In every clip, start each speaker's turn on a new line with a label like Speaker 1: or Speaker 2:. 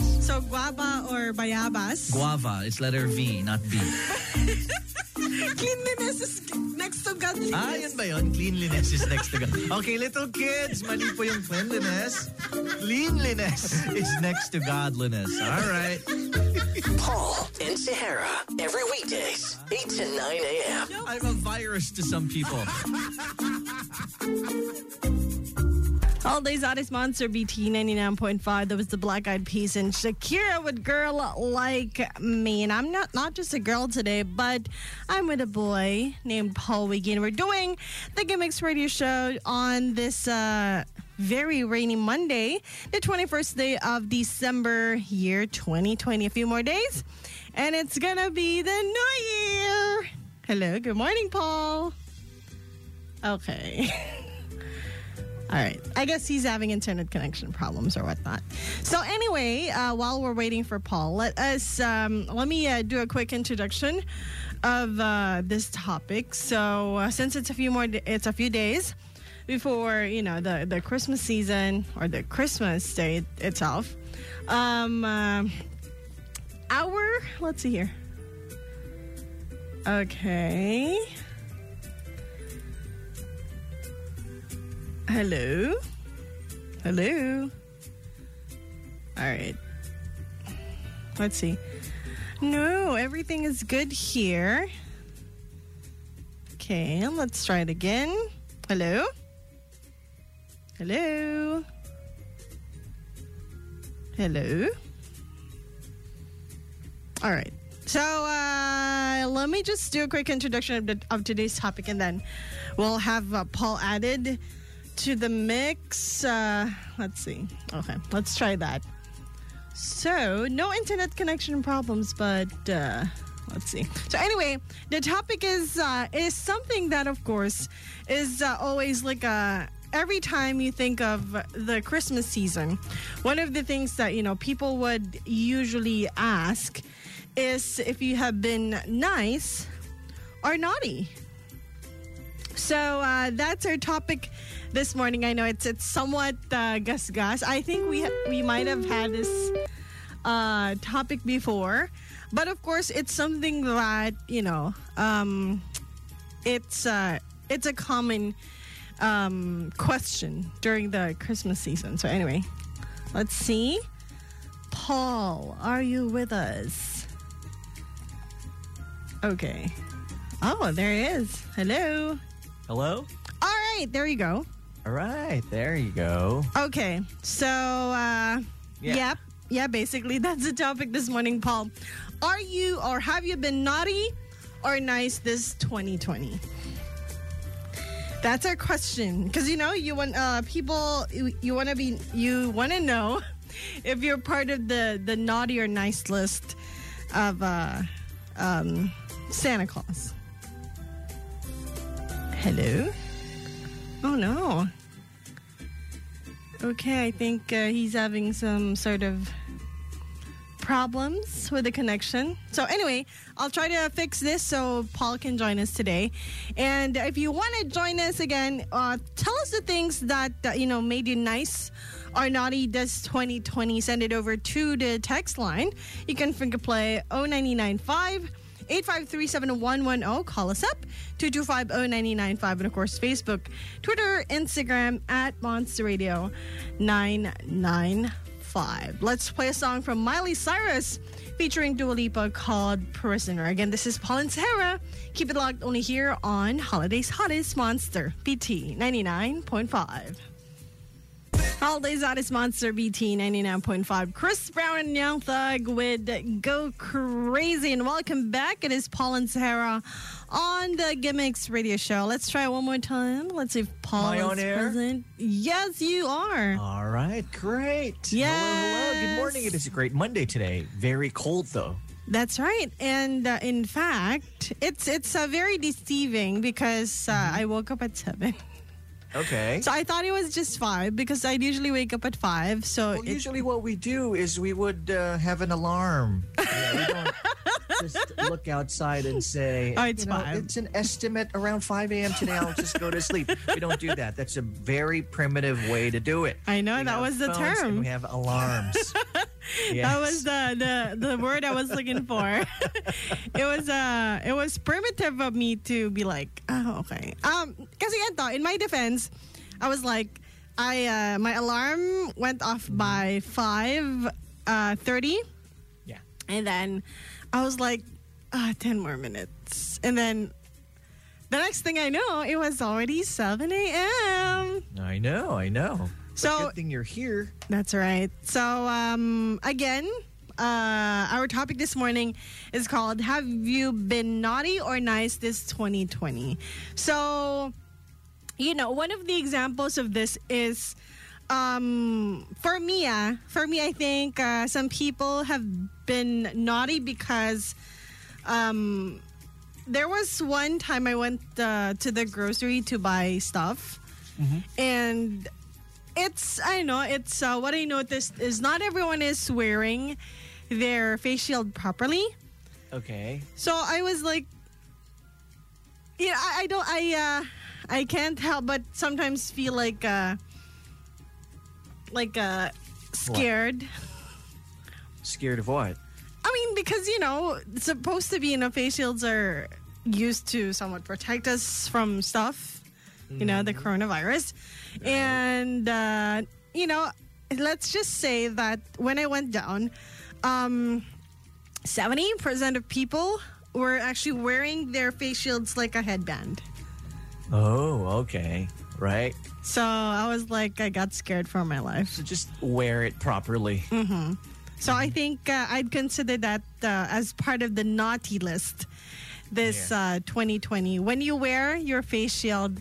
Speaker 1: So, guava or bayabas?
Speaker 2: Guava. It's letter V, not B.
Speaker 1: Cleanliness is next to godliness.
Speaker 2: Ah, yun ba yun? Cleanliness is next to God. Okay, little kids, mali po yung cleanliness. Cleanliness is next to godliness. All right.
Speaker 3: Paul and Sahara. Every weekdays, 8 to 9 a.m.
Speaker 2: I'm a virus to some people.
Speaker 4: All Day's Hottest Monster BT 99.5. That was the Black Eyed Peas and Shakira with Girl Like Me. And I'm not, not just a girl today, but I'm with a boy named Paul Wiegand. We're doing the Gimmicks Radio Show on this uh, very rainy Monday, the 21st day of December, year 2020. A few more days, and it's gonna be the new year. Hello, good morning, Paul. Okay. All right. I guess he's having internet connection problems or whatnot. So anyway, uh, while we're waiting for Paul, let us um, let me uh, do a quick introduction of uh, this topic. So uh, since it's a few more, d- it's a few days before you know the the Christmas season or the Christmas day itself. Um, uh, our let's see here. Okay. Hello? Hello? All right. Let's see. No, everything is good here. Okay, let's try it again. Hello? Hello? Hello? All right. So uh, let me just do a quick introduction of, the, of today's topic, and then we'll have uh, Paul added to the mix. Uh, let's see. Okay, let's try that. So no internet connection problems, but uh, let's see. So anyway, the topic is uh, is something that, of course, is uh, always like a. Every time you think of the Christmas season, one of the things that you know people would usually ask is if you have been nice or naughty. So uh, that's our topic this morning. I know it's it's somewhat uh, gas gas. I think we ha- we might have had this uh, topic before, but of course it's something that you know um, it's uh, it's a common um, question during the Christmas season. So anyway, let's see. Paul, are you with us? Okay. Oh, there he is. Hello.
Speaker 2: Hello?
Speaker 4: All right, there you go.
Speaker 2: All right. There you go.
Speaker 4: Okay, so uh,
Speaker 2: Yeah.
Speaker 4: yep, yeah, basically that's the topic this morning, Paul. Are you or have you been naughty or nice this 2020? That's our question because you know you want uh, people you, you want to be you want to know if you're part of the the naughty or nice list of uh, um, Santa Claus. Hello. Oh no. Okay, I think uh, he's having some sort of problems with the connection. So, anyway, I'll try to fix this so Paul can join us today. And if you want to join us again, uh, tell us the things that, uh, you know, made you nice or naughty this 2020. Send it over to the text line. You can finger play 0995. 853-7110. oh. Call us up, 225-0995. And of course, Facebook, Twitter, Instagram, at Monster Radio 995. Let's play a song from Miley Cyrus featuring Dua Lipa called Prisoner. Again, this is Paul and Sarah. Keep it locked only here on Holidays Hottest Monster, BT 99.5. Holidays Hottest Monster BT 99.5. Chris Brown and Young Thug with Go Crazy. And welcome back. It is Paul and Sarah on the Gimmicks Radio Show. Let's try it one more time. Let's see if Paul
Speaker 2: Am I
Speaker 4: is
Speaker 2: on air? Oh.
Speaker 4: present. Yes, you are.
Speaker 2: All right. Great. Hello, hello.
Speaker 4: Yes.
Speaker 2: Good morning. It is a great Monday today. Very cold, though.
Speaker 4: That's right. And uh, in fact, it's it's uh, very deceiving because uh,
Speaker 2: Mm-hmm.
Speaker 4: I woke up at 7.
Speaker 2: Okay.
Speaker 4: So I thought it was just 5 because I usually wake up at 5. So
Speaker 2: Well,
Speaker 4: it-
Speaker 2: usually what we do is we would uh, have an alarm. Yeah, we don't just look outside and say,
Speaker 4: Oh, it's
Speaker 2: "You know,
Speaker 4: five."
Speaker 2: it's an estimate around 5 a.m. today. I'll just go to sleep. We don't do that. That's a very primitive way to do it.
Speaker 4: I know,
Speaker 2: We
Speaker 4: Oh, that
Speaker 2: have
Speaker 4: was the
Speaker 2: phones and
Speaker 4: term.
Speaker 2: We have alarms. Yes.
Speaker 4: That was the, the the word I was looking for. it was uh it was primitive of me to be like, oh okay. Um kasi ito, in my defense, I was like I uh, my alarm went off
Speaker 2: Mm-hmm.
Speaker 4: by 5 uh 30
Speaker 2: Yeah.
Speaker 4: and then I was like ah, 10 more minutes. And then the next thing I know, it was already 7 a.m.
Speaker 2: I know, I know. But
Speaker 4: So-
Speaker 2: good thing you're here.
Speaker 4: That's right. So, um, again, uh, our topic this morning is called Have You Been Naughty or Nice This 2020? So, you know, one of the examples of this is um, for me, ah, for me, I think uh, some people have been naughty because um, there was one time I went uh, to the grocery to buy stuff. And it's I know it's uh, what I noticed is not everyone is wearing their face shield properly.
Speaker 2: Okay.
Speaker 4: So I was like, yeah, I, I don't, I, uh, I can't help but sometimes feel like, uh, like uh, scared.
Speaker 2: Scared of what?
Speaker 4: I mean, because you know, it's supposed to be you know, face shields are used to somewhat protect us from stuff, you know, the coronavirus, and uh, you know, let's just say that when I went down, um, seventy percent of people were actually wearing their face shields like a headband.
Speaker 2: Oh, okay. Right.
Speaker 4: So I was like, I got scared for my life.
Speaker 2: So just wear it properly.
Speaker 4: So I think uh, I'd consider that uh, as part of the naughty list this uh, 2020. When you wear your face shield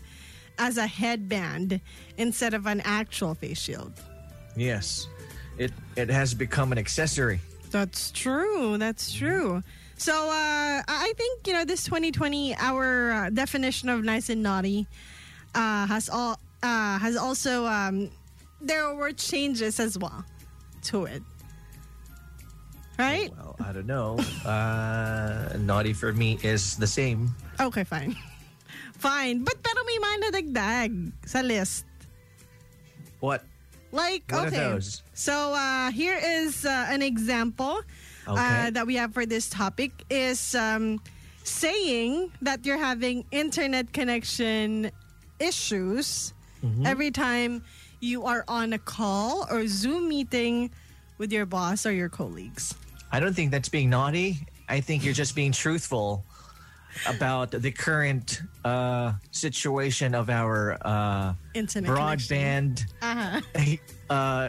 Speaker 4: as a headband instead of an actual face shield.
Speaker 2: Yes. It it has become an accessory.
Speaker 4: That's true. That's true. So uh, I I think you know this 2020 our uh, definition of nice and naughty uh, has all uh, has also um, there were changes as well to it, right?
Speaker 2: Well, I don't know. Uh, naughty for me is the same.
Speaker 4: Okay, fine. Fine. But pero may mga nadagdag sa list.
Speaker 2: What?
Speaker 4: Like,
Speaker 2: What are
Speaker 4: okay.
Speaker 2: those?
Speaker 4: So uh, here is uh, an example uh,
Speaker 2: Okay.
Speaker 4: that we have for this topic is um, saying that you're having internet connection issues
Speaker 2: Mm-hmm.
Speaker 4: every time you are on a call or Zoom meeting with your boss or your colleagues.
Speaker 2: I don't think that's being naughty. I think you're just being truthful about the current uh, situation of our uh,
Speaker 4: Internet connection.
Speaker 2: broadband.
Speaker 4: Uh-huh.
Speaker 2: Uh,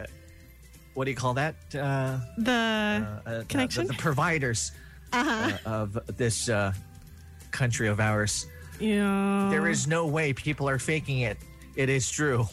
Speaker 2: what do you call that? Uh,
Speaker 4: The
Speaker 2: uh, uh,
Speaker 4: connection? Uh-huh.
Speaker 2: The, the providers uh, of this uh, country of ours.
Speaker 4: yeah.
Speaker 2: There is no way people are faking it. It is true.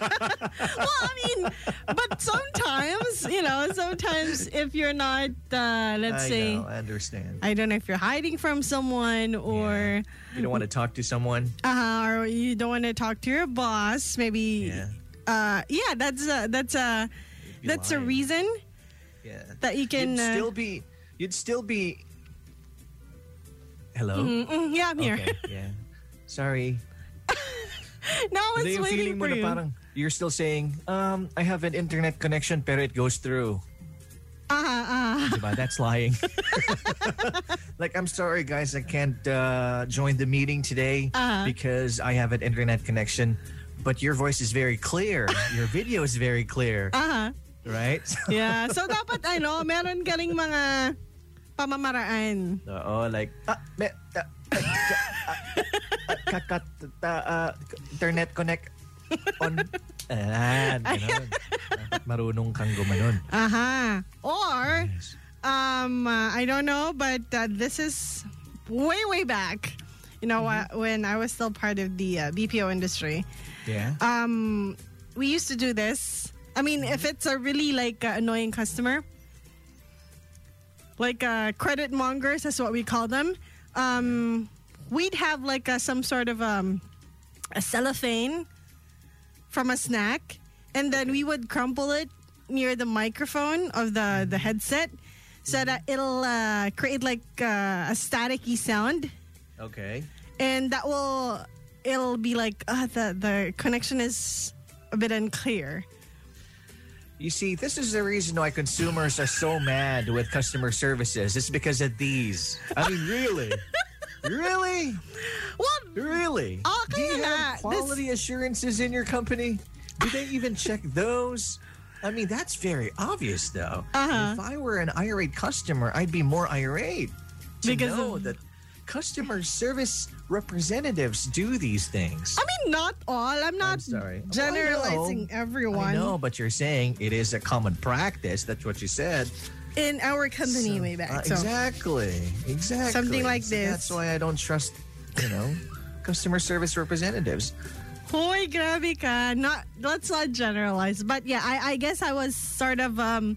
Speaker 4: well, I mean, but sometimes, you know, sometimes if you're not, uh, let's
Speaker 2: I
Speaker 4: say,
Speaker 2: know, I understand.
Speaker 4: I don't know if you're hiding from someone or
Speaker 2: you don't want to talk to someone.
Speaker 4: uh, or you don't want to talk to your boss, maybe.
Speaker 2: Yeah.
Speaker 4: Uh, yeah, that's a that's a
Speaker 2: be
Speaker 4: that's a
Speaker 2: lying.
Speaker 4: reason
Speaker 2: Yeah.
Speaker 4: that you can.
Speaker 2: you'd
Speaker 4: uh,
Speaker 2: still be. You'd still be. Hello.
Speaker 4: mm, yeah, I'm here.
Speaker 2: Okay. Yeah. Sorry.
Speaker 4: no, I was
Speaker 2: Hindi, yung
Speaker 4: waiting
Speaker 2: feeling mo
Speaker 4: for
Speaker 2: na
Speaker 4: you.
Speaker 2: parang you're still saying, um, I have an internet connection pero it goes through.
Speaker 4: Ah, ah,
Speaker 2: Diba? That's lying. like, I'm sorry, guys. I can't uh, join the meeting today
Speaker 4: Uh-huh.
Speaker 2: because I have an internet connection. But your voice is very clear. Your video is very clear,
Speaker 4: ah.
Speaker 2: right?
Speaker 4: Yeah, so dapat ano, meron ka ring mga pamamaraan.
Speaker 2: Oo, like, ah, me, ah, ah, ah, ah, kakat, ah, ah, internet connect on. Ayan, ganun. Dapat marunong kang gumanon.
Speaker 4: Aha. Uh-huh. Or
Speaker 2: Yes.
Speaker 4: Um, uh, I don't know, but uh, this is way, way back. You know, uh, when I was still part of the uh, BPO industry,
Speaker 2: Yeah.
Speaker 4: um, we used to do this. I mean, if it's a really like uh, annoying customer, like uh, credit mongers, that's what we call them. Um, we'd have like uh, some sort of um, a cellophane from a snack, and then we would crumple it near the microphone of the, the headset so that it'll uh, create like uh, a staticky sound
Speaker 2: Okay.
Speaker 4: and that will it'll be like uh, the the connection is a bit unclear.
Speaker 2: You see, this is the reason why consumers are so mad with customer services. It's because of these. I mean, really? really?
Speaker 4: Well,
Speaker 2: Really?
Speaker 4: Okay
Speaker 2: Do you
Speaker 4: na.
Speaker 2: have quality assurances in your company? Do they even check those? I mean, that's very obvious, though.
Speaker 4: Uh-huh.
Speaker 2: If I were an irate customer, I'd be more irate to
Speaker 4: Because
Speaker 2: know
Speaker 4: of-
Speaker 2: that customer service representatives do these things.
Speaker 4: I mean, not all. I'm not
Speaker 2: sorry. Well,
Speaker 4: generalizing
Speaker 2: I know.
Speaker 4: everyone
Speaker 2: I know, but you're saying it is a common practice. That's what you said.
Speaker 4: in our company
Speaker 2: So-
Speaker 4: way back.
Speaker 2: Uh,
Speaker 4: so.
Speaker 2: Exactly. Exactly.
Speaker 4: Something like
Speaker 2: So
Speaker 4: this.
Speaker 2: That's why I don't trust, you know, customer service representatives.
Speaker 4: Hoy, grabe ka. Not, let's not generalize. But yeah, I, I guess I was sort of, um,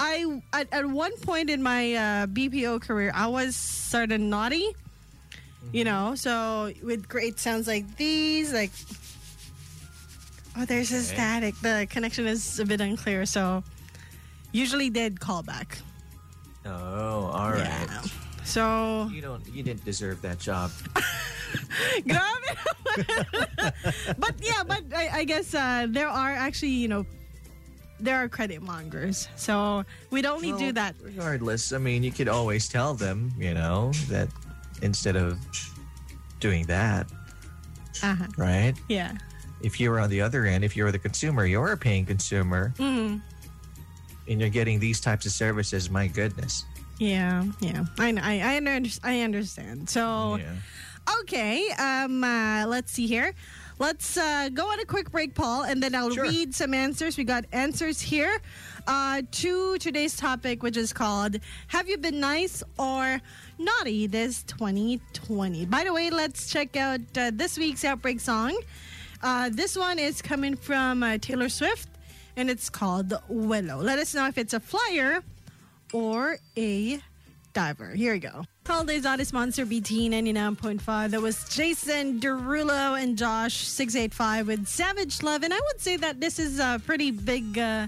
Speaker 4: I, at, at one point in my uh, BPO career, I was sort of naughty, you know? So with great sounds like these, like, oh, there's a static. The connection is a bit unclear. So usually did call back.
Speaker 2: Oh, all right.
Speaker 4: So,
Speaker 2: You don't. You didn't deserve that job.
Speaker 4: grabe naman. but yeah, but I, I guess uh, there are actually, you know, there are credit mongers. So we don't need to do
Speaker 2: Well,
Speaker 4: that.
Speaker 2: Regardless, I mean, you could always tell them, you know, that instead of doing that,
Speaker 4: Uh-huh.
Speaker 2: right?
Speaker 4: Yeah.
Speaker 2: If you were on the other end, if you were the consumer, you're a paying consumer,
Speaker 4: Mm-hmm.
Speaker 2: and you're getting these types of services. My goodness.
Speaker 4: Yeah, yeah. I know, I I, under, I understand. So
Speaker 2: Yeah.
Speaker 4: okay, um uh, let's see here. Let's uh, go on a quick break, Paul, and then I'll
Speaker 2: Sure.
Speaker 4: read some answers. We got answers here uh, to today's topic, which is called Have You Been Nice or Naughty This 2020? By the way, let's check out uh, this week's Outbreak song. Uh, this one is coming from uh, Taylor Swift, and it's called Willow. Let us know if it's a flyer or a diver. Here we go. Holidays on sponsor BT 99.5. That was Jason Derulo and Josh 685 with Savage Love. And I would say that this is a pretty big uh,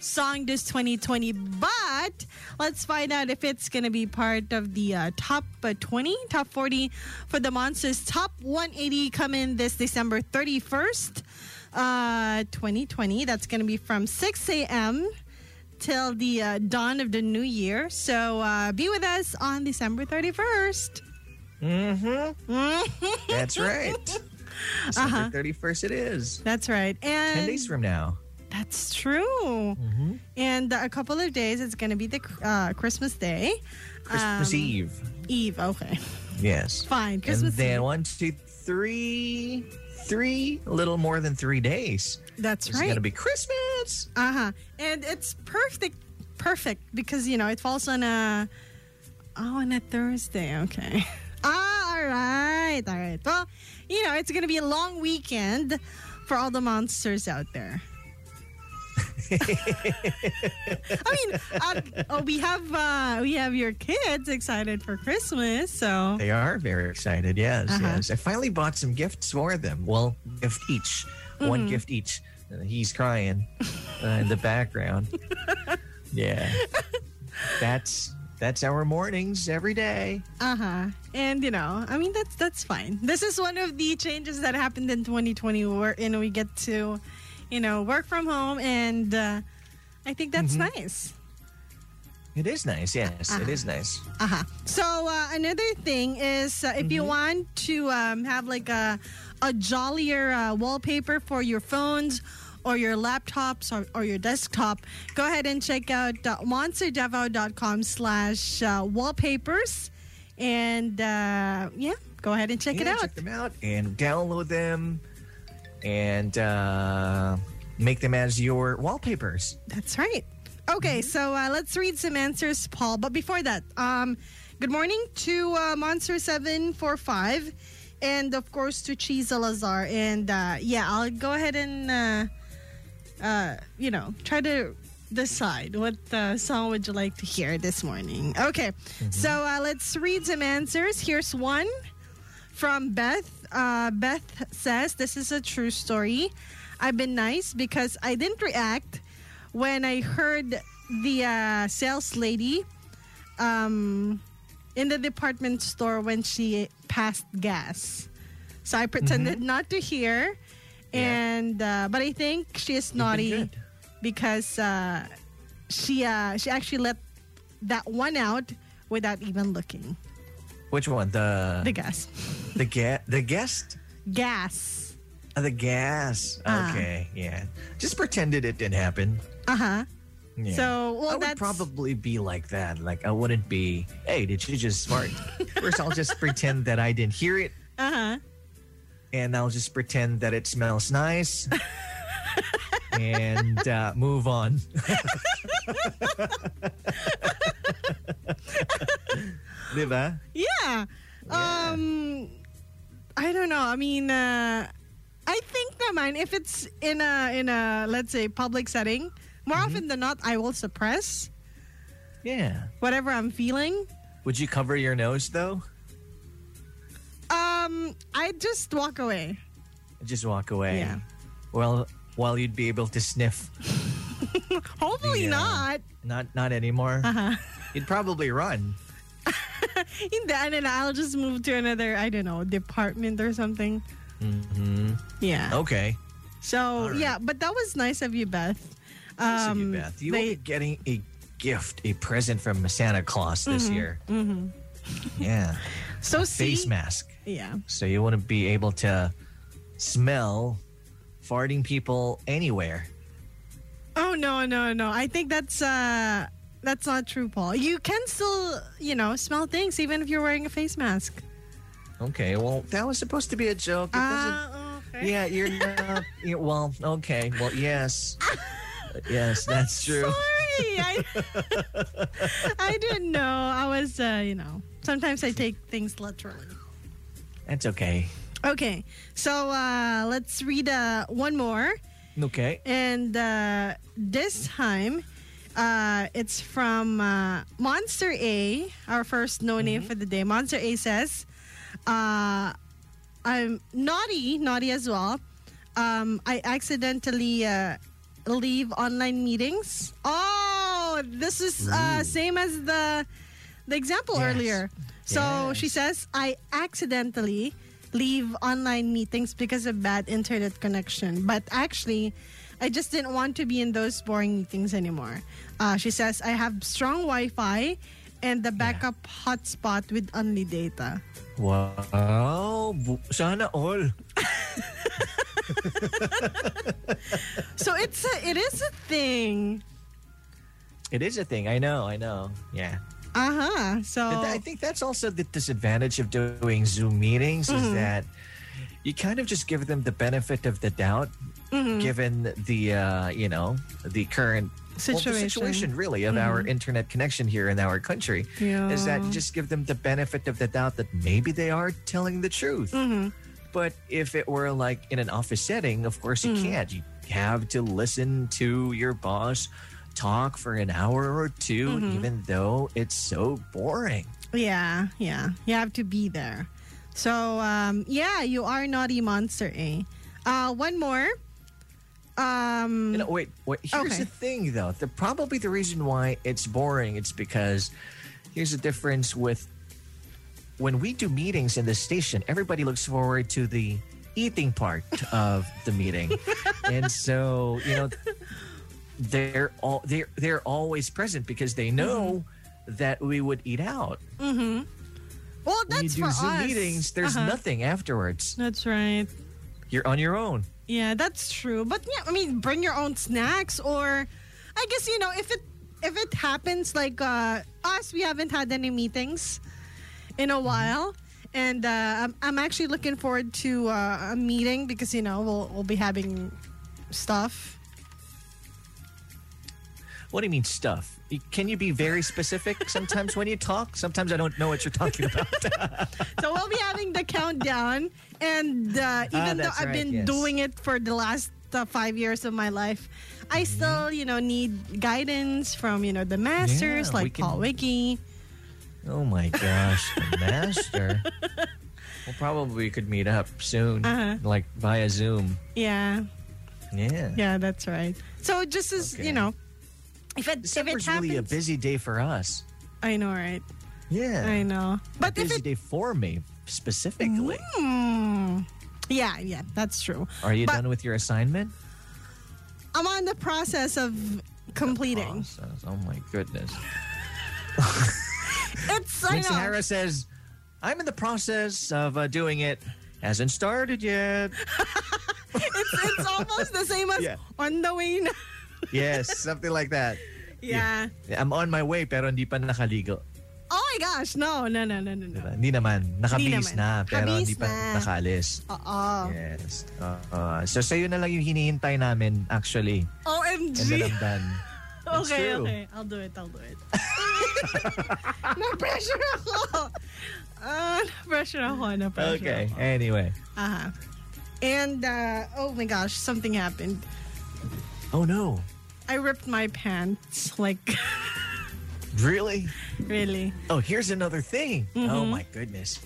Speaker 4: song this 2020. But let's find out if it's going to be part of the uh, top uh, 20, top 40 for the Monsters. Top 180 coming this December 31st, uh, 2020. That's going to be from 6 a.m till the uh, dawn of the new year. So uh, be with us on December 31st.
Speaker 2: That's right.
Speaker 4: Uh-huh.
Speaker 2: December 31st it is.
Speaker 4: That's right.
Speaker 2: 10
Speaker 4: And
Speaker 2: days from Mm-hmm. now.
Speaker 4: that's true. And uh, a couple of days, it's going to be the uh, Christmas Day. Um,
Speaker 2: Christmas Eve.
Speaker 4: Eve. Okay.
Speaker 2: Yes.
Speaker 4: Fine.
Speaker 2: and
Speaker 4: Christmas
Speaker 2: then
Speaker 4: Eve.
Speaker 2: one, two, three, three, a little more than three days.
Speaker 4: That's
Speaker 2: It's
Speaker 4: right.
Speaker 2: gonna be Christmas.
Speaker 4: Uh huh. And it's perfect, perfect because you know it falls on a oh on a Thursday. Okay. Ah, all right, all right. Well, you know it's gonna be a long weekend for all the monsters out there. I mean, uh, oh, we have uh, we have your kids excited for Christmas, so
Speaker 2: They are very excited. Yes,
Speaker 4: Uh-huh.
Speaker 2: yes. I finally bought some gifts for them. Well, gift each, one
Speaker 4: Mm-hmm.
Speaker 2: gift each. Uh, he's crying uh, in the background. yeah, that's that's our mornings every day.
Speaker 4: Uh-huh. And you know, I mean that's that's fine. This is one of the changes that happened in 2020 where and we get to, you know, work from home and uh, I think that's nice.
Speaker 2: It is nice. Yes, it is nice.
Speaker 4: Uh-huh. So uh, another thing is uh, if you
Speaker 2: Mm-hmm.
Speaker 4: want to um, have like a a jollier uh, wallpaper for your phones or your laptops or, or your desktop, go ahead and check out uh, monsterdevo.com slash uh, wallpapers. And uh, yeah, go ahead and check it
Speaker 2: Yeah,
Speaker 4: out.
Speaker 2: Check them out and download them and uh, make them as your wallpapers.
Speaker 4: That's right. Okay, so uh, let's read some answers, Paul. But before that, um, good morning to uh, Monster Seven Four Five, and of course to Cheese Lazar. And uh, yeah, I'll go ahead and uh, uh, you know try to decide what uh, song would you like to hear this morning. Okay, so uh, let's read some answers. Here's one from Beth. Uh, Beth says, This is a true story. I've been nice because I didn't react when I heard the uh, sales lady um, in the department store when she passed gas. So I pretended not to hear.
Speaker 2: Mm-hmm. Yeah.
Speaker 4: And uh, but I think she is
Speaker 2: been
Speaker 4: naughty.
Speaker 2: good.
Speaker 4: because uh, she uh, she actually let that one out without even looking.
Speaker 2: Which one? The
Speaker 4: The gas,
Speaker 2: the ga- the guest?
Speaker 4: gas.
Speaker 2: Uh, the gas.
Speaker 4: Ah.
Speaker 2: Okay, yeah. Just pretended it didn't happen.
Speaker 4: Uh huh.
Speaker 2: Yeah.
Speaker 4: So, well,
Speaker 2: I would
Speaker 4: that's-
Speaker 2: probably be like that. Like I wouldn't be. Hey, did you just fart? First, I'll just pretend that I didn't hear it,
Speaker 4: Uh huh.
Speaker 2: and I'll just pretend that it smells nice, and uh, move on. Diba?
Speaker 4: Yeah. Um, I don't know. I mean, uh, I think naman if it's in a in a let's say public setting, more
Speaker 2: Mm-hmm.
Speaker 4: often than not, I will suppress
Speaker 2: Yeah.
Speaker 4: whatever I'm feeling.
Speaker 2: Would you cover your nose though?
Speaker 4: Um, I just walk away.
Speaker 2: Just walk away.
Speaker 4: Yeah.
Speaker 2: Well, while you'd be able to sniff,
Speaker 4: Hopefully
Speaker 2: Yeah.
Speaker 4: not.
Speaker 2: not not anymore.
Speaker 4: Uh-huh.
Speaker 2: You'd probably run.
Speaker 4: Hindi, ano na, I'll just move to another, I don't know, department or something.
Speaker 2: hmm
Speaker 4: Yeah.
Speaker 2: Okay.
Speaker 4: So,
Speaker 2: All right.
Speaker 4: yeah, but that was nice of you, Beth.
Speaker 2: Nice of
Speaker 4: Um,
Speaker 2: you, Beth. You will
Speaker 4: they-
Speaker 2: be getting a gift, a present from Santa Claus this year. Yeah.
Speaker 4: So, Mm-hmm. see,
Speaker 2: Face mask.
Speaker 4: yeah.
Speaker 2: So you want to be able to smell farting people anywhere.
Speaker 4: Oh no, no, no. I think that's uh that's not true, Paul. You can still, you know, smell things even if you're wearing a face mask.
Speaker 2: Okay. Well, that was supposed to be a joke. It doesn't-
Speaker 4: Ah, okay.
Speaker 2: Yeah, you're not. you well, okay. Well, yes. yes, that's true.
Speaker 4: Sorry. I, I didn't know. I was uh, you know, sometimes I take things literally.
Speaker 2: That's okay.
Speaker 4: Okay. So, uh let's read uh one more
Speaker 2: Okay.
Speaker 4: and uh this time uh, it's from uh, Monster A, our first no name for the day. Monster A says, uh, I'm naughty, naughty as well. Um, I accidentally uh, leave online meetings. Oh, this is uh, same as the the example
Speaker 2: Yes.
Speaker 4: earlier. So she
Speaker 2: Yes.
Speaker 4: says, I accidentally leave online meetings because of bad internet connection. But actually, I just didn't want to be in those boring meetings anymore. Uh, she says, I have strong Wi Fi and the backup hotspot with only data.
Speaker 2: Wow. Bu- Sana all.
Speaker 4: So it's a, it is a thing.
Speaker 2: It is a thing. I know. I know. Yeah.
Speaker 4: Uh huh. So
Speaker 2: Th- I think that's also the disadvantage of doing Zoom meetings is that you kind of just give them the benefit of the doubt, given the uh, you know the current well, the
Speaker 4: Situation.
Speaker 2: situation really of our internet connection here in our country is that you
Speaker 4: Yeah.
Speaker 2: just give them the benefit of the doubt that maybe they are telling the truth. But if it were like in an office setting, of course you can't. You have to listen to your boss talk for an hour or 2 even though it's so boring.
Speaker 4: yeah, yeah. You have to be there. So um, yeah, you are naughty monster, eh? Uh, one more. Um,
Speaker 2: You know, wait, wait. Here's
Speaker 4: Okay.
Speaker 2: the thing, though. The probably the reason why it's boring, it's because here's the difference with when we do meetings in the station. Everybody looks forward to the eating part of the meeting, and so you know they're all they're they're always present because they know
Speaker 4: Mm-hmm.
Speaker 2: that we would eat out.
Speaker 4: well,
Speaker 2: when you
Speaker 4: that's
Speaker 2: do
Speaker 4: for
Speaker 2: Zoom
Speaker 4: us.
Speaker 2: meetings, there's
Speaker 4: Uh-huh.
Speaker 2: nothing afterwards.
Speaker 4: That's right.
Speaker 2: You're on your own.
Speaker 4: Yeah, that's true. But yeah, I mean, bring your own snacks, or I guess you know if it if it happens like uh, us, we haven't had any meetings in
Speaker 2: Mm-hmm.
Speaker 4: a while, and uh, I'm I'm actually looking forward to uh, a meeting because you know we'll we'll be having stuff.
Speaker 2: What do you mean stuff? You- Can you be very specific sometimes when you talk? Sometimes I don't know what you're talking about.
Speaker 4: So we'll be having the countdown, and uh, even though
Speaker 2: Ah, that's
Speaker 4: I've
Speaker 2: right,
Speaker 4: been
Speaker 2: yes.
Speaker 4: doing it for the last uh, five years of my life,
Speaker 2: Mm-hmm.
Speaker 4: I still you know need guidance from you know the masters
Speaker 2: Yeah, we
Speaker 4: like Paul
Speaker 2: can-
Speaker 4: Wiki.
Speaker 2: oh my gosh, the master. Well, probably we could meet up soon,
Speaker 4: Uh-huh.
Speaker 2: like via Zoom.
Speaker 4: Yeah.
Speaker 2: Yeah.
Speaker 4: Yeah, that's right. So just as
Speaker 2: Okay.
Speaker 4: you know, if it if it
Speaker 2: December's
Speaker 4: happens,
Speaker 2: really a busy day for us.
Speaker 4: I know, right?
Speaker 2: Yeah.
Speaker 4: I know. But
Speaker 2: But
Speaker 4: if
Speaker 2: busy
Speaker 4: it,
Speaker 2: day for me specifically.
Speaker 4: Hmm. yeah, yeah, that's true.
Speaker 2: Are you
Speaker 4: But-
Speaker 2: done with your assignment?
Speaker 4: I'm on the process of completing.
Speaker 2: Process. Oh my goodness. Oh.
Speaker 4: It's I
Speaker 2: Miss
Speaker 4: know.
Speaker 2: Hara says, I'm in the process of uh, doing it. Hasn't started yet.
Speaker 4: It's, it's almost the same as
Speaker 2: Yeah.
Speaker 4: on the way na.
Speaker 2: yes, something like that.
Speaker 4: Yeah.
Speaker 2: I'm on my way pero hindi pa nakaligo.
Speaker 4: Oh my gosh, no, no, no, no, no, no.
Speaker 2: Diba? Hindi naman.
Speaker 4: Hindi
Speaker 2: Nakabihis
Speaker 4: naman.
Speaker 2: na pero
Speaker 4: Habis
Speaker 2: hindi pa
Speaker 4: na. Oh.
Speaker 2: nakaalis.
Speaker 4: Oo.
Speaker 2: Yes. Uh, so sa'yo na lang yung hinihintay namin actually. And
Speaker 4: OMG.
Speaker 2: then I'm done. It's
Speaker 4: Okay,
Speaker 2: true.
Speaker 4: okay. I'll do it, I'll do it. na-pressure ako. Ah, na-pressure ako, na-pressure
Speaker 2: Okay.
Speaker 4: ako.
Speaker 2: Anyway.
Speaker 4: Uh-huh. And, uh, oh my gosh, something happened.
Speaker 2: Oh no.
Speaker 4: I ripped my pants, like,
Speaker 2: Really?
Speaker 4: really.
Speaker 2: Oh, here's another thing.
Speaker 4: Mm-hmm.
Speaker 2: Oh my goodness.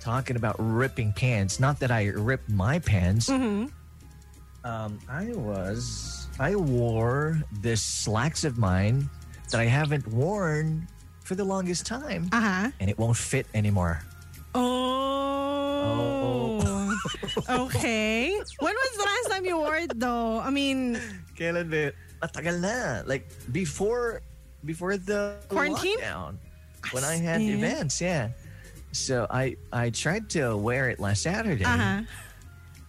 Speaker 2: Talking about ripping pants. Not that I ripped my pants.
Speaker 4: Mm-hmm.
Speaker 2: Um, I was I wore this slacks of mine that I haven't worn for the longest time,
Speaker 4: Uh-huh.
Speaker 2: and it won't fit anymore.
Speaker 4: Oh. okay. When was the last time you wore it, though? I mean,
Speaker 2: Kailan ba? Matagal na. Like before before the
Speaker 4: Quarantine?
Speaker 2: lockdown. When I had
Speaker 4: see.
Speaker 2: events, yeah. So I I tried to wear it last Saturday.
Speaker 4: uh-huh.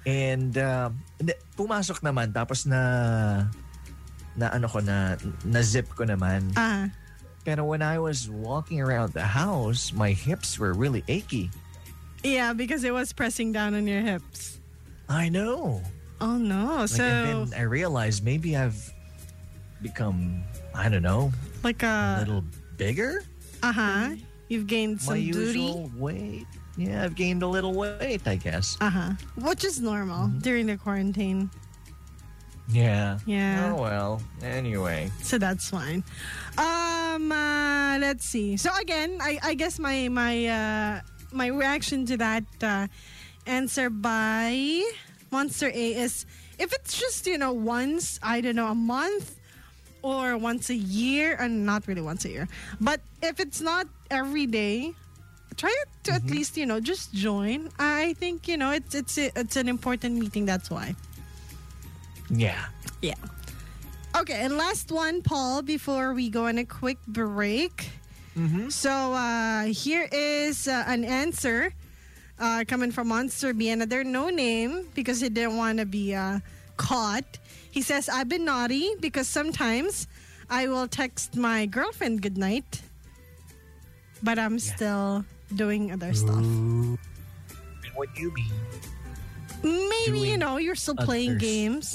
Speaker 2: And um, hindi, pumasok naman tapos na na ano ko na na zip ko naman.
Speaker 4: Uh-huh.
Speaker 2: Pero when I was walking around the house, my hips were really achy.
Speaker 4: Yeah, because it was pressing down on your hips.
Speaker 2: I know.
Speaker 4: Oh, no.
Speaker 2: Like,
Speaker 4: so,
Speaker 2: and then I realized maybe I've become I don't know
Speaker 4: like a,
Speaker 2: a little bigger.
Speaker 4: uh-huh. You've gained some
Speaker 2: Uh, my
Speaker 4: duty.
Speaker 2: usual weight. Yeah, I've gained a little weight, I guess.
Speaker 4: Uh-huh. Which is normal
Speaker 2: Mm-hmm.
Speaker 4: during the quarantine.
Speaker 2: Yeah.
Speaker 4: Yeah.
Speaker 2: Oh well. Anyway.
Speaker 4: So that's fine. Um, uh, let's see. So again, I, I guess my my uh, my reaction to that uh, answer by Monster A is if it's just you know once I don't know a month or once a year and not really once a year, but if it's not every day, try to at least you know just join. I think you know it's it's a, it's an important meeting. That's why.
Speaker 2: Yeah.
Speaker 4: Yeah. Okay, and last one, Paul, before we go on a quick break.
Speaker 2: Mm-hmm.
Speaker 4: So uh, here is uh, an answer uh, coming from Monster B. Another no name because he didn't want to be uh, caught. He says, I've been naughty because sometimes I will text my girlfriend goodnight, but I'm still doing other stuff.
Speaker 2: And what you mean?
Speaker 4: Maybe, you
Speaker 2: Doing
Speaker 4: know, you're still playing
Speaker 2: others.
Speaker 4: games.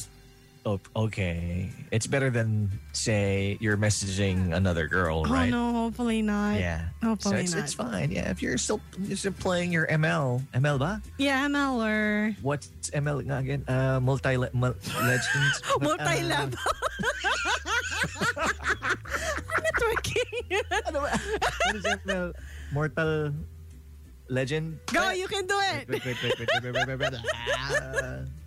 Speaker 2: Oh, okay. It's better than say you're messaging another girl,
Speaker 4: Oh,
Speaker 2: right?
Speaker 4: no, hopefully not.
Speaker 2: Yeah. so
Speaker 4: Hopefully
Speaker 2: it's,
Speaker 4: not.
Speaker 2: it's fine. Yeah, if you're still, you're still playing your ML, ML ba?
Speaker 4: Yeah, ML or
Speaker 2: What's ML nga again? Uh, multi le- mul- legends.
Speaker 4: Multi-level.
Speaker 2: Ah.
Speaker 4: Networking.
Speaker 2: Uh, ano ba? What is ML? Mortal Legend.
Speaker 4: Go, you can do it.
Speaker 2: Wait, wait, wait, wait, wait, wait, wait, wait. Ah.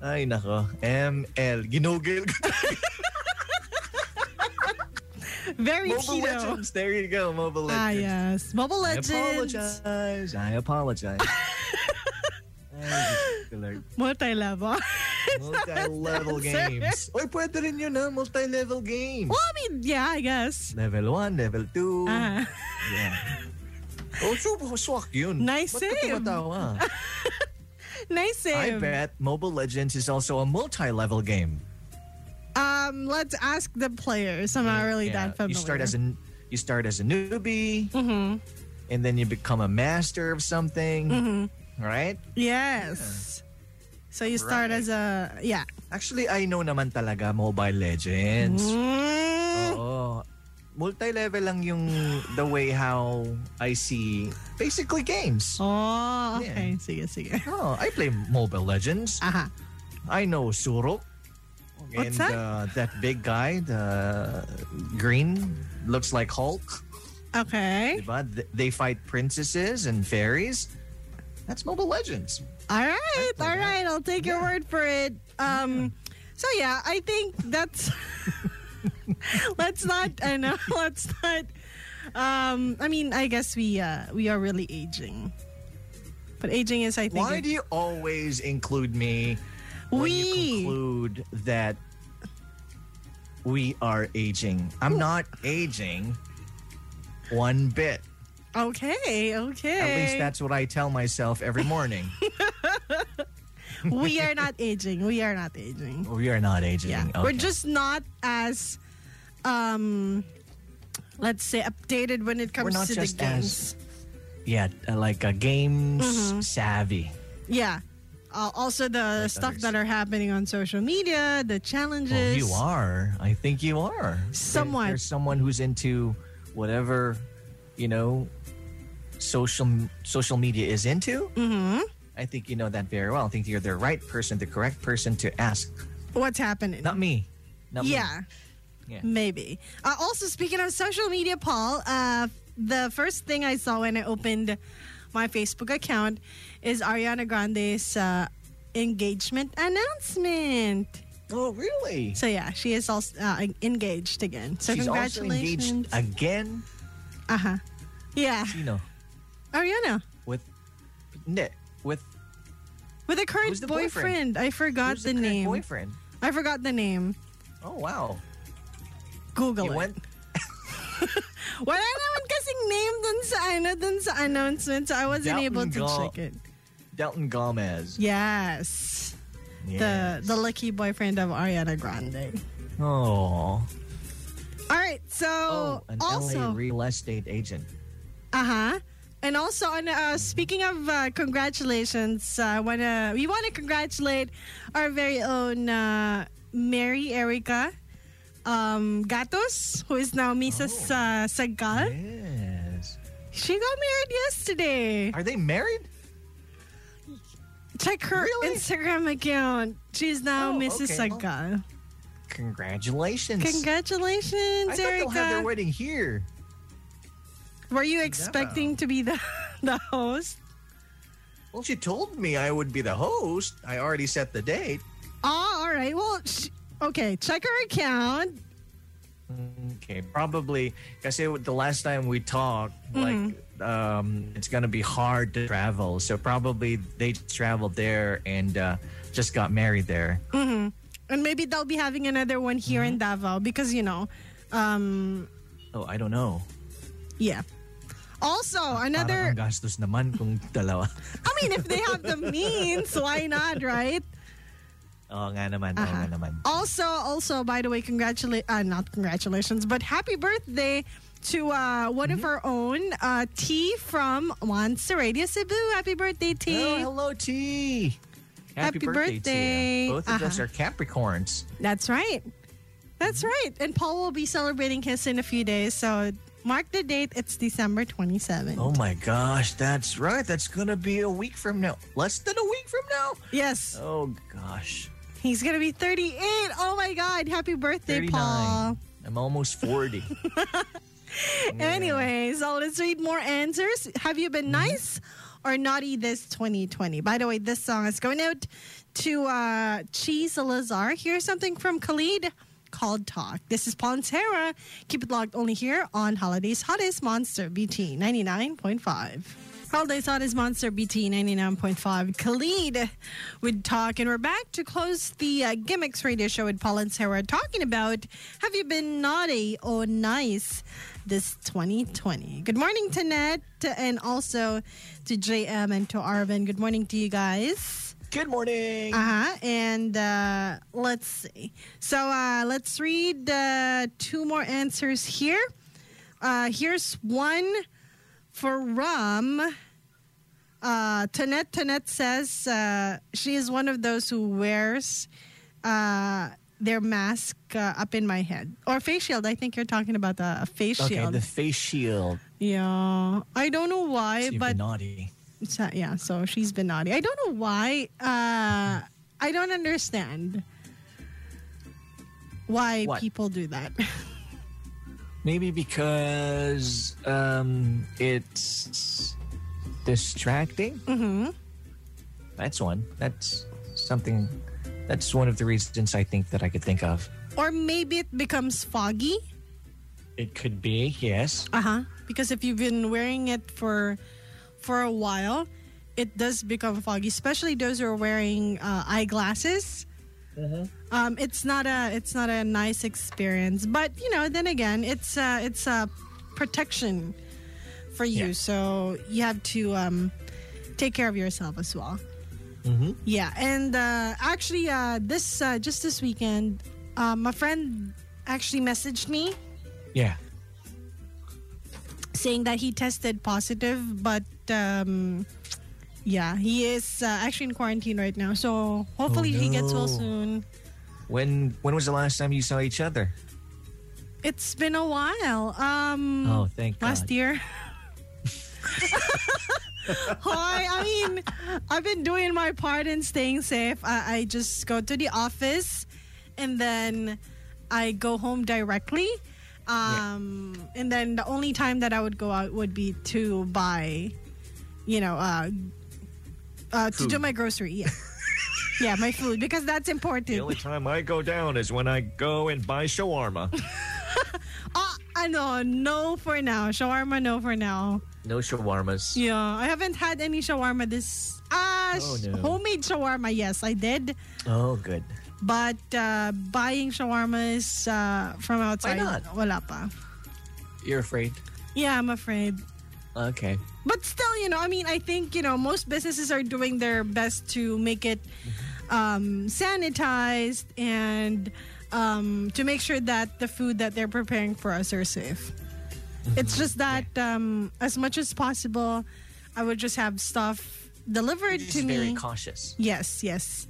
Speaker 2: Ay nako. ML. Ginugil ko.
Speaker 4: Very
Speaker 2: Mobile
Speaker 4: keto.
Speaker 2: Legends. There you go. Mobile Legends.
Speaker 4: Ah, yes. Mobile
Speaker 2: I
Speaker 4: Legends.
Speaker 2: apologize. I apologize.
Speaker 4: Multi-level.
Speaker 2: Multi-level
Speaker 4: answer.
Speaker 2: games. Oy, pwede rin yun, ha? Multi-level games.
Speaker 4: well, I mean, yeah, I guess.
Speaker 2: Level 1, level 2.
Speaker 4: Ah.
Speaker 2: Yeah. Oh, so, swak yun.
Speaker 4: Nice
Speaker 2: Ba't ka
Speaker 4: save.
Speaker 2: tumatawa?
Speaker 4: nice
Speaker 2: I
Speaker 4: save.
Speaker 2: bet Mobile Legends is also a multi-level game.
Speaker 4: Um, let's ask the players. I'm not really
Speaker 2: Yeah.
Speaker 4: that familiar. Mm-hmm.
Speaker 2: You start as a you start as a newbie, and then you become a master of something, right?
Speaker 4: yes. So you start
Speaker 2: Right.
Speaker 4: as a yeah.
Speaker 2: Actually, I know naman talaga Mobile Legends. Oh.
Speaker 4: Mm,
Speaker 2: Oo. Multi-level lang yung the way how I see basically games.
Speaker 4: Oh,
Speaker 2: Yeah.
Speaker 4: okay. Sige, sige.
Speaker 2: Oh, I play Mobile Legends.
Speaker 4: Aha.
Speaker 2: I know Suruk.
Speaker 4: Ah. What's
Speaker 2: and
Speaker 4: that?
Speaker 2: Uh, that big guy, the green, looks like Hulk.
Speaker 4: Okay.
Speaker 2: Diba? Th- They fight princesses and fairies. That's Mobile Legends.
Speaker 4: All right, all
Speaker 2: that.
Speaker 4: right. I'll take your
Speaker 2: Yeah.
Speaker 4: word for it. Um, so yeah, I think that's. let's not. I know. Let's not. Um, I mean, I guess we uh, we are really aging, but aging is, I think,
Speaker 2: Why do you always include me when
Speaker 4: We.
Speaker 2: you conclude that we are aging. I'm not aging one bit.
Speaker 4: Okay, okay.
Speaker 2: At least that's what I tell myself every morning.
Speaker 4: we are not aging. We are not aging.
Speaker 2: we are Oh, not aging.
Speaker 4: Yeah.
Speaker 2: Okay.
Speaker 4: We're just not as um let's say updated when it
Speaker 2: We're
Speaker 4: comes
Speaker 2: not
Speaker 4: to
Speaker 2: just
Speaker 4: the games.
Speaker 2: as yeah, uh, like a games
Speaker 4: Mm-hmm.
Speaker 2: savvy.
Speaker 4: Yeah. Uh, also the stuff
Speaker 2: others.
Speaker 4: that are happening on social media, the challenges.
Speaker 2: Well, Oh, you are. I think you are. There-
Speaker 4: Somewhat.
Speaker 2: there's someone who's into whatever, you know, social social media is into. Mm-hmm. I think you know that very well. I think you're the right person, the correct person to ask.
Speaker 4: What's happening?
Speaker 2: Not me. Not me.
Speaker 4: yeah.
Speaker 2: Yeah.
Speaker 4: Maybe. Uh, also, speaking of social media, Paul, uh, the first thing I saw when I opened my Facebook account is Ariana Grande's uh, engagement announcement.
Speaker 2: Oh, really?
Speaker 4: So yeah, she is also uh, engaged again. So
Speaker 2: She's also engaged
Speaker 4: congratulations.
Speaker 2: again.
Speaker 4: Uh huh. Yeah,
Speaker 2: You know,
Speaker 4: Ariana
Speaker 2: with Nick. With
Speaker 4: with a current
Speaker 2: Who's the boyfriend?
Speaker 4: boyfriend. I forgot
Speaker 2: who's
Speaker 4: the,
Speaker 2: current
Speaker 4: name.
Speaker 2: boyfriend.
Speaker 4: I forgot the name.
Speaker 2: Oh wow!
Speaker 4: Google
Speaker 2: You
Speaker 4: it.
Speaker 2: went.
Speaker 4: Wala naman kasing name dun sa ano dun sa announcement, so I wasn't
Speaker 2: Downton
Speaker 4: able to
Speaker 2: Gal-
Speaker 4: check it.
Speaker 2: Delton Gomez.
Speaker 4: Yes.
Speaker 2: Yes.
Speaker 4: The the lucky boyfriend of Ariana Grande.
Speaker 2: Oh.
Speaker 4: All right, so
Speaker 2: Oh, an LA
Speaker 4: also
Speaker 2: real estate agent.
Speaker 4: Uh-huh. And also, on, uh, speaking of uh, congratulations, uh, wanna, we want to congratulate our very own uh, Mary Erica um, Gatos, who is now
Speaker 2: Oh.
Speaker 4: Mrs. Uh, Sagal.
Speaker 2: Yes.
Speaker 4: She got married yesterday.
Speaker 2: Are they married?
Speaker 4: Check her
Speaker 2: Really?
Speaker 4: Instagram account. She's now
Speaker 2: Oh,
Speaker 4: Mrs.
Speaker 2: okay.
Speaker 4: Sagal.
Speaker 2: Congratulations. I
Speaker 4: Congratulations,
Speaker 2: thought they'll have their
Speaker 4: Erica.
Speaker 2: wedding here.
Speaker 4: Were you expecting to be the, the host?
Speaker 2: Well, she told me I would be the host. I already set the date.
Speaker 4: Oh, all right. Well, sh- okay. Check her account.
Speaker 2: Okay, probably. Kasi the last time we talked,
Speaker 4: Mm-hmm.
Speaker 2: like, um, it's gonna be hard to travel. So probably they just traveled there and uh, just got married there.
Speaker 4: And maybe they'll be having another one here in Davao because, you know, um,
Speaker 2: Oh, I don't know.
Speaker 4: yeah. Also, another,
Speaker 2: Parang ang gastos naman kung dalawa.
Speaker 4: I mean, if they have the means, why not, right?
Speaker 2: Oo nga naman, oo
Speaker 4: Uh-huh.
Speaker 2: nga naman.
Speaker 4: Also, also, by the way, congratulate, uh, not congratulations, but happy birthday to uh, one
Speaker 2: Mm-hmm.
Speaker 4: of our own, uh, T from Monserratia, Cebu. Happy birthday, T.
Speaker 2: Oh, hello, T.
Speaker 4: Happy birthday.
Speaker 2: Tia. Both of us
Speaker 4: Uh-huh.
Speaker 2: are Capricorns.
Speaker 4: That's right.
Speaker 2: Mm-hmm.
Speaker 4: That's right. And Paul will be celebrating his in a few days. So mark the date. It's December 27th.
Speaker 2: Oh my gosh, that's right. That's gonna be a week from now. Less than a week from now.
Speaker 4: Yes.
Speaker 2: Oh gosh,
Speaker 4: He's gonna be 38. Oh my God! Happy birthday, Paul.
Speaker 2: I'm almost forty.
Speaker 4: Anyway, so let's read more answers. Have you been nice or naughty this 2020? By the way, this song is going out to uh, Chi Salazar. Here's something from Khalid called Talk. This is Paul and Sarah. Keep it locked only here on Holidays Hottest Monster BT 99.5. Holidays Hottest Monster BT 99.5. Khalid would talk. And we're back to close the uh, Gimmicks Radio Show with Paul and Sarah talking about have you been naughty or nice this 2020? Good morning to Ned and also to JM and to Arvin. Good morning to you guys.
Speaker 2: Good morning.
Speaker 4: Uh-huh. And uh, let's see. So uh, let's read uh, two more answers here. Uh, here's one from uh, Tonette. Tonette says uh, she is one of those who wears uh, their mask uh, up in my head. Or face shield. I think you're talking about the face
Speaker 2: okay,
Speaker 4: shield.
Speaker 2: the face shield.
Speaker 4: yeah. I don't know why,
Speaker 2: You've
Speaker 4: but
Speaker 2: been naughty.
Speaker 4: so, yeah, so she's been naughty. I don't know why. Uh, I don't understand why
Speaker 2: What?
Speaker 4: people do that.
Speaker 2: Maybe because um, it's distracting. Mm-hmm. That's one. That's something. That's one of the reasons I think that I could think of.
Speaker 4: or maybe it becomes foggy.
Speaker 2: It could be, yes.
Speaker 4: Uh huh. Because if you've been wearing it for for a while, it does become foggy, especially those who are wearing uh, eyeglasses. um, it's not a it's not a nice experience. But you know, then again, it's uh, it's a protection for you,
Speaker 2: Yeah.
Speaker 4: so you have to um, take care of yourself as well.
Speaker 2: Mhm.
Speaker 4: Yeah, and uh, actually, uh, this uh, just this weekend, uh, my friend actually messaged me
Speaker 2: Yeah.
Speaker 4: saying that he tested positive, but um, yeah, he is uh, actually in quarantine right now. So hopefully he gets well
Speaker 2: Oh, no.
Speaker 4: soon.
Speaker 2: When when was the last time you saw each other?
Speaker 4: It's been a while. Um,
Speaker 2: Oh, thank
Speaker 4: last
Speaker 2: God.
Speaker 4: year. Hi, I mean, I've been doing my part in staying safe. I, I just go to the office and then I go home directly. Um, And then the only time that I would go out would be to buy, you know, uh, uh, to do
Speaker 2: Food.
Speaker 4: my grocery. Yeah. yeah, my food, because that's important.
Speaker 2: The only time I go down is when I go and buy shawarma.
Speaker 4: Ah, ano, no for now. Shawarma, no for now.
Speaker 2: no shawarmas.
Speaker 4: Yeah, I haven't had any shawarma this. Ah,
Speaker 2: Oh,
Speaker 4: sh-
Speaker 2: no.
Speaker 4: homemade shawarma. Yes, I did,
Speaker 2: Oh, good.
Speaker 4: but uh, buying shawarmas uh, from outside.
Speaker 2: not?
Speaker 4: Wala pa.
Speaker 2: You're afraid.
Speaker 4: Yeah, I'm afraid.
Speaker 2: Okay.
Speaker 4: But still, you know, I mean, I think you know most businesses are doing their best to make it um, sanitized and um, to make sure that the food that they're preparing for us are safe.
Speaker 2: Mm-hmm.
Speaker 4: It's just that um, as much as possible, I would just have stuff delivered to me.
Speaker 2: very cautious.
Speaker 4: Yes, yes,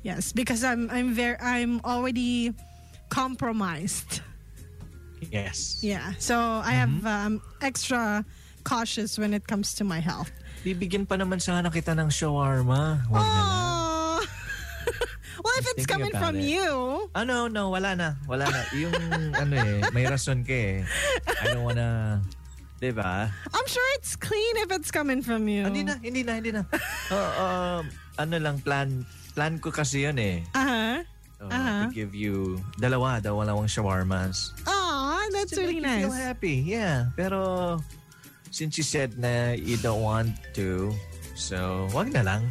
Speaker 4: yes. Because I'm I'm very I'm already compromised.
Speaker 2: Yes.
Speaker 4: Yeah, so I
Speaker 2: Mm-hmm.
Speaker 4: have um, extra cautious when it comes to my health.
Speaker 2: Bibigyan pa naman sana kita ng shawarma. Wag na lang.
Speaker 4: Oh. well, if
Speaker 2: Just
Speaker 4: it's coming
Speaker 2: thinking about
Speaker 4: from
Speaker 2: it.
Speaker 4: you,
Speaker 2: Ah, no, no, wala na. Wala na. Yung ano eh, may rason ka eh. I don't wanna... Diba?
Speaker 4: I'm sure it's clean if it's coming from you.
Speaker 2: Hindi na, hindi na, hindi na. Uh, um, ano lang, plan plan ko kasi yun eh.
Speaker 4: Uh
Speaker 2: Uh,
Speaker 4: Uh-huh.
Speaker 2: To give you dalawa, dalawang shawarmas.
Speaker 4: huh. Aw, that's
Speaker 2: To
Speaker 4: really
Speaker 2: make you feel
Speaker 4: nice.
Speaker 2: happy, yeah. Pero since you said na you don't want to, so wag na lang.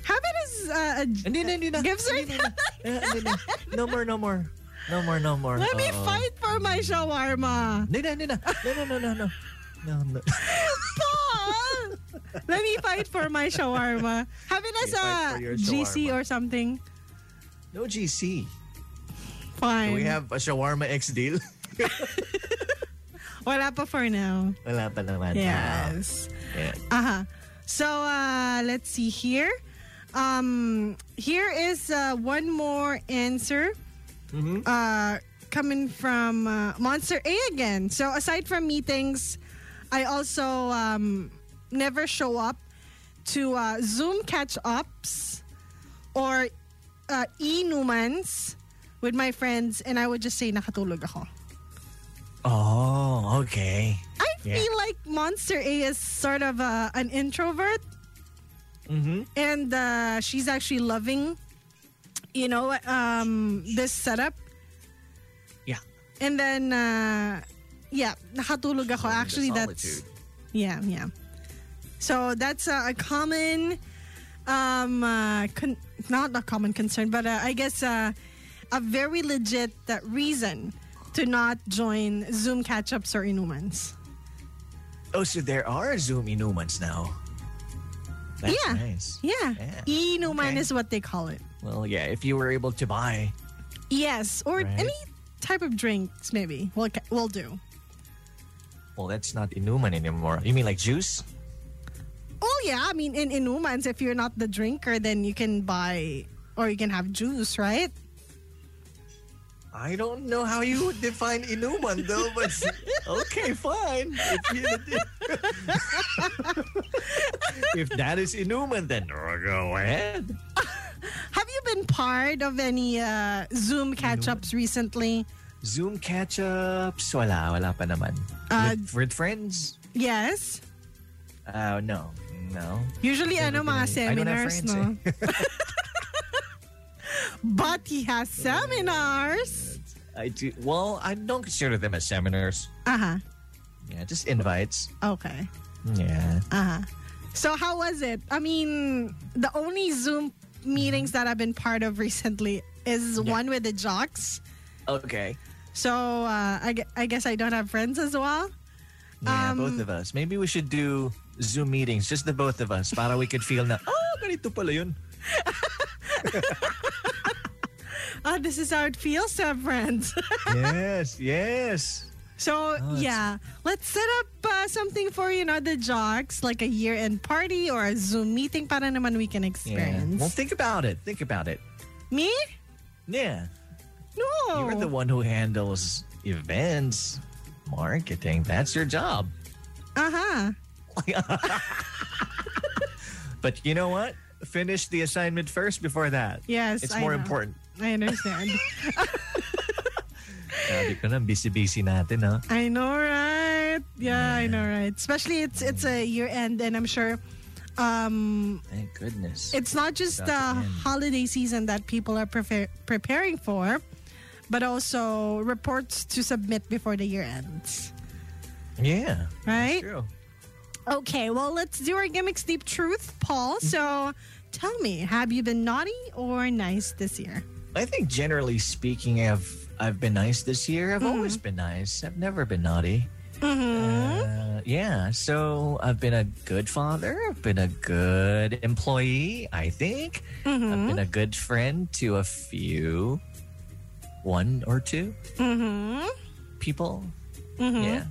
Speaker 4: Have it as uh, a
Speaker 2: Hindi na, hindi na.
Speaker 4: Gives her-
Speaker 2: Hindi na, hindi na. Eh, hindi na. No more, no more. No more, no more.
Speaker 4: Let me
Speaker 2: Oo.
Speaker 4: fight for my shawarma.
Speaker 2: Hindi na, hindi na. No, no, no, no, no. No, no.
Speaker 4: Paul! Let me fight for my shawarma. Have it as
Speaker 2: Okay, fight
Speaker 4: a
Speaker 2: for your
Speaker 4: GC
Speaker 2: shawarma.
Speaker 4: or something.
Speaker 2: No GC.
Speaker 4: Fine.
Speaker 2: Do we have a shawarma X deal?
Speaker 4: Wala pa for now.
Speaker 2: Wala pa naman. Ah,
Speaker 4: Yes.
Speaker 2: Yeah.
Speaker 4: Uh-huh. So uh, let's see here. Um, here is uh, one more answer uh, coming from uh, Monster A again. So aside from meetings, I also um, never show up to uh, Zoom catch ups or uh, e-numans with my friends, and I would just say nakatulog ako.
Speaker 2: Oh, okay.
Speaker 4: I
Speaker 2: Yeah.
Speaker 4: feel like Monster A is sort of uh an introvert.
Speaker 2: Mm-hmm.
Speaker 4: and uh, she's actually loving, you know, um, this setup.
Speaker 2: Yeah.
Speaker 4: And then, uh, yeah, nakatulog ako. Actually, that's yeah, yeah. So that's uh, a common, um, uh, con- not a common concern, but uh, I guess uh, a very legit uh, reason to not join Zoom catch-ups or inumans.
Speaker 2: Oh, so there are Zoom inumans now. That's
Speaker 4: Yeah.
Speaker 2: nice.
Speaker 4: Yeah,
Speaker 2: Yeah.
Speaker 4: inuman
Speaker 2: Okay.
Speaker 4: is what they call it.
Speaker 2: Well, yeah, if you were able to buy.
Speaker 4: Yes, or
Speaker 2: Right.
Speaker 4: any type of drinks, maybe. We'll, ca- we'll do.
Speaker 2: Well, that's not inuman anymore. You mean like juice?
Speaker 4: Oh, yeah. I mean, in Inumans, if you're not the drinker, then you can buy or you can have juice, right?
Speaker 2: I don't know how you would define inuman though, but okay, fine. If, you- If that is inuman, then go ahead.
Speaker 4: Have you been part of any uh, Zoom catch ups recently?
Speaker 2: Zoom catch-ups, wala, wala pa naman.
Speaker 4: Uh,
Speaker 2: with, with friends?
Speaker 4: Yes.
Speaker 2: Uh, no, no.
Speaker 4: Usually, ano
Speaker 2: Never been
Speaker 4: mga
Speaker 2: any- I don't have
Speaker 4: seminars,
Speaker 2: friends, eh.
Speaker 4: no? but he
Speaker 2: Oh,
Speaker 4: has seminars.
Speaker 2: I do. Well, I don't consider them as seminars.
Speaker 4: Uh
Speaker 2: Yeah, just invites.
Speaker 4: huh. Okay.
Speaker 2: Yeah.
Speaker 4: Uh huh. So, how was it? I mean, the only Zoom meetings that I've been part of recently is one with the jocks.
Speaker 2: Okay.
Speaker 4: So uh, I, gue- I guess I don't have friends as well. Um,
Speaker 2: Yeah, both of us. Maybe we should do Zoom meetings, just the both of us, para we could feel na, oh, ganito pala yun.
Speaker 4: Oh, this is how it feels to have friends.
Speaker 2: yes, yes.
Speaker 4: so
Speaker 2: Oh, that's-
Speaker 4: yeah, let's set up uh, something for you know the jocks, like a year-end party or a Zoom meeting, para naman we can
Speaker 2: Yeah.
Speaker 4: experience.
Speaker 2: Well, think about it. Think about it.
Speaker 4: Me?
Speaker 2: Yeah.
Speaker 4: No.
Speaker 2: You're the one who handles events, marketing. That's your job.
Speaker 4: Uh huh.
Speaker 2: But you know what? Finish the assignment first before that.
Speaker 4: Yes,
Speaker 2: It's
Speaker 4: I
Speaker 2: more
Speaker 4: know.
Speaker 2: important.
Speaker 4: I understand.
Speaker 2: Sabi ko na, busy-busy natin, ha?
Speaker 4: I know, right? Yeah, I know, right? Especially it's it's a year end, and I'm sure um,
Speaker 2: Thank goodness.
Speaker 4: it's not just the
Speaker 2: About to end.
Speaker 4: holiday season that people are prefer- preparing for, but also reports to submit before the year ends.
Speaker 2: yeah.
Speaker 4: Right?
Speaker 2: True.
Speaker 4: Okay, well, let's do our gimmicks deep truth, Paul. So tell me, have you been naughty or nice this year?
Speaker 2: I think generally speaking, I've I've been nice this year. I've always been nice. I've never been naughty. Uh, yeah, so I've been a good father. I've been a good employee. I think I've been a good friend to a few, one or 2 people. Yeah,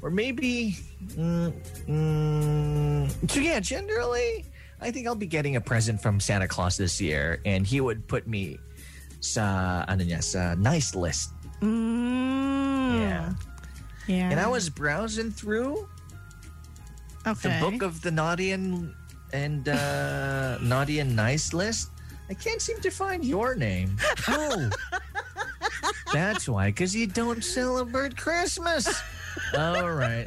Speaker 2: or maybe. Mm, mm, so yeah, generally, I think I'll be getting a present from Santa Claus this year, and he would put me sa ano niya sa nice list.
Speaker 4: Mm.
Speaker 2: Yeah.
Speaker 4: Yeah.
Speaker 2: And I was browsing through the
Speaker 4: okay.
Speaker 2: book of the naughty and and uh, naughty and nice list. I can't seem to find your name. Oh, that's why, because you don't celebrate Christmas. All right.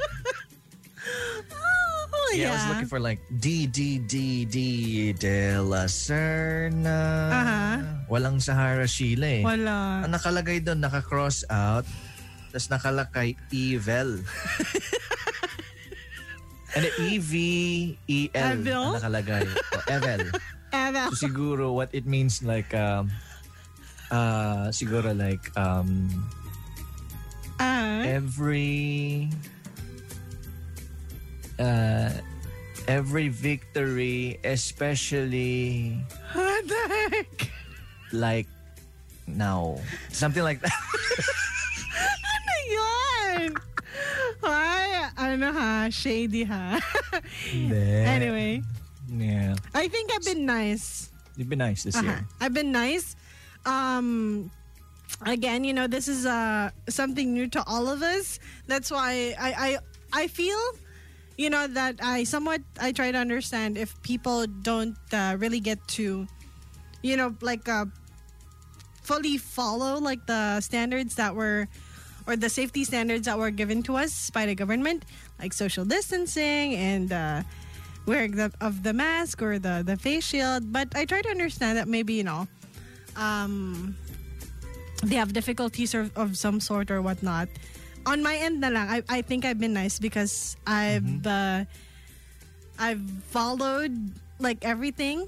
Speaker 4: Oh,
Speaker 2: Yeah, I was looking for like D D D D de la Serna.
Speaker 4: Aha.
Speaker 2: Walang Sahara Chile. eh.
Speaker 4: Wala.
Speaker 2: Ang nakalagay doon, naka-cross out. Tapos nakalakay E evil. Ano, E-V-E-L
Speaker 4: Evil?
Speaker 2: ang nakalagay. Oh, E O, evil.
Speaker 4: Ever.
Speaker 2: So siguro what it means like, um, uh, siguro like, um,
Speaker 4: Uh,
Speaker 2: every, uh, every victory, especially
Speaker 4: what the heck?
Speaker 2: like now. Something like that.
Speaker 4: Ayun! Ay, ano ha? Shady ha? anyway,
Speaker 2: Yeah.
Speaker 4: I think I've been nice.
Speaker 2: You've been nice this
Speaker 4: Uh-huh.
Speaker 2: year.
Speaker 4: I've been nice. Um, again, you know, this is uh, something new to all of us. That's why I, I, I feel, you know, that I somewhat, I try to understand if people don't uh, really get to, you know, like uh, fully follow like the standards that were, or the safety standards that were given to us by the government, like social distancing and, uh, wearing the of the mask or the the face shield but i try to understand that maybe you know um they have difficulties or, of some sort or whatnot on my end na lang i, I think i've been nice because i've uh, i've followed like everything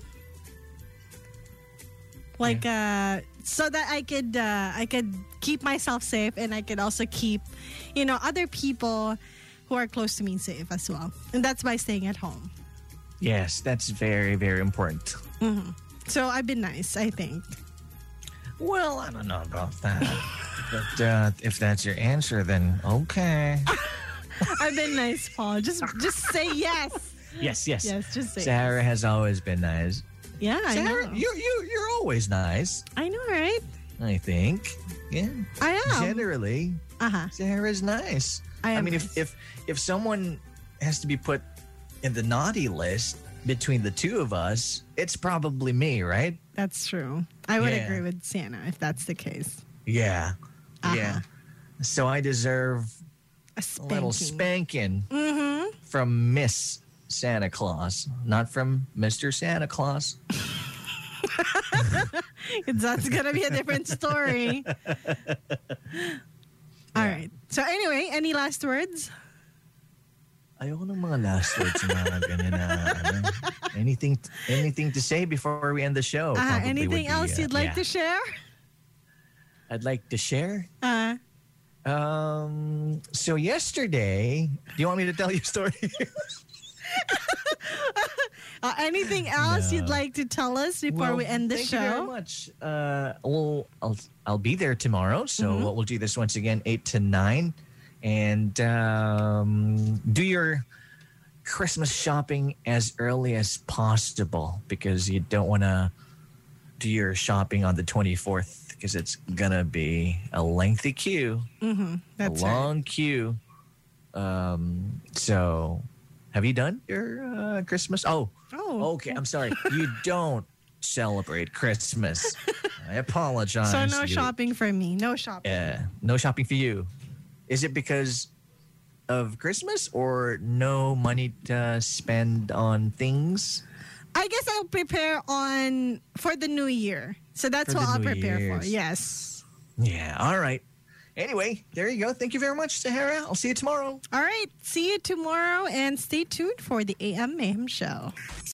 Speaker 4: like uh so that i could uh i could keep myself safe and i could also keep you know other people who are close to me safe as well and that's by staying at home
Speaker 2: Yes, that's very, very important.
Speaker 4: So I've been nice, I think.
Speaker 2: Well, I don't know about that. but uh, if that's your answer, then okay.
Speaker 4: I've been nice, Paul. Just just say yes.
Speaker 2: yes, yes.
Speaker 4: Yes, just say
Speaker 2: Sarah has always been nice.
Speaker 4: Yeah, I
Speaker 2: Sarah,
Speaker 4: know.
Speaker 2: you, you, you're always nice,
Speaker 4: I know, right?
Speaker 2: I think. Yeah.
Speaker 4: I am.
Speaker 2: Generally,
Speaker 4: Uh-huh.
Speaker 2: Sarah's nice.
Speaker 4: Oh. I am
Speaker 2: mean,
Speaker 4: nice.
Speaker 2: if, if if someone has to be put in the naughty list between the two of us, it's probably me, right?
Speaker 4: That's true. I would
Speaker 2: Yeah.
Speaker 4: agree with Santa if that's the case.
Speaker 2: Yeah. Yeah.
Speaker 4: Uh-huh.
Speaker 2: So I deserve
Speaker 4: A
Speaker 2: a little
Speaker 4: spanking. Mm-hmm.
Speaker 2: spanking from Miss Santa Claus, not from Mr. Santa Claus.
Speaker 4: That's gonna be a different story. All right. So anyway, any last words?
Speaker 2: Ayoko ng mga last words mga ganun na ano. uh, anything anything to say before we end the show.
Speaker 4: Ah,
Speaker 2: Oh, probably would
Speaker 4: anything
Speaker 2: be,
Speaker 4: else
Speaker 2: uh,
Speaker 4: you'd like
Speaker 2: yeah.
Speaker 4: to share?
Speaker 2: I'd like to share.
Speaker 4: Uh,
Speaker 2: Um, so yesterday, do you want me to tell you a story?
Speaker 4: uh, anything else you'd
Speaker 2: No.
Speaker 4: like to tell us before
Speaker 2: Well,
Speaker 4: we end the
Speaker 2: thank
Speaker 4: show?
Speaker 2: you very much. Uh, well, I'll I'll be there tomorrow, so
Speaker 4: Mm-hmm.
Speaker 2: we'll do this once again, eight to nine, and um, do your Christmas shopping as early as possible because you don't want to do your shopping on the twenty fourth because it's gonna be a lengthy queue,
Speaker 4: That's
Speaker 2: a
Speaker 4: right.
Speaker 2: long queue. Um, so, have you done your uh, Christmas? Oh.
Speaker 4: Oh,
Speaker 2: Okay, I'm sorry. You don't celebrate Christmas. I apologize.
Speaker 4: so no
Speaker 2: You-
Speaker 4: shopping for me. No shopping.
Speaker 2: Yeah, no shopping for you. Is it because of Christmas or no money to spend on things?
Speaker 4: I guess I'll prepare on for the new year. So that's
Speaker 2: For
Speaker 4: what
Speaker 2: the
Speaker 4: I'll
Speaker 2: New
Speaker 4: prepare for.
Speaker 2: Year's.
Speaker 4: Yes.
Speaker 2: Yeah, all right. Anyway, there you go. Thank you very much, Sahara. I'll see you tomorrow.
Speaker 4: All right. See you tomorrow and stay tuned for the AM Mayhem show.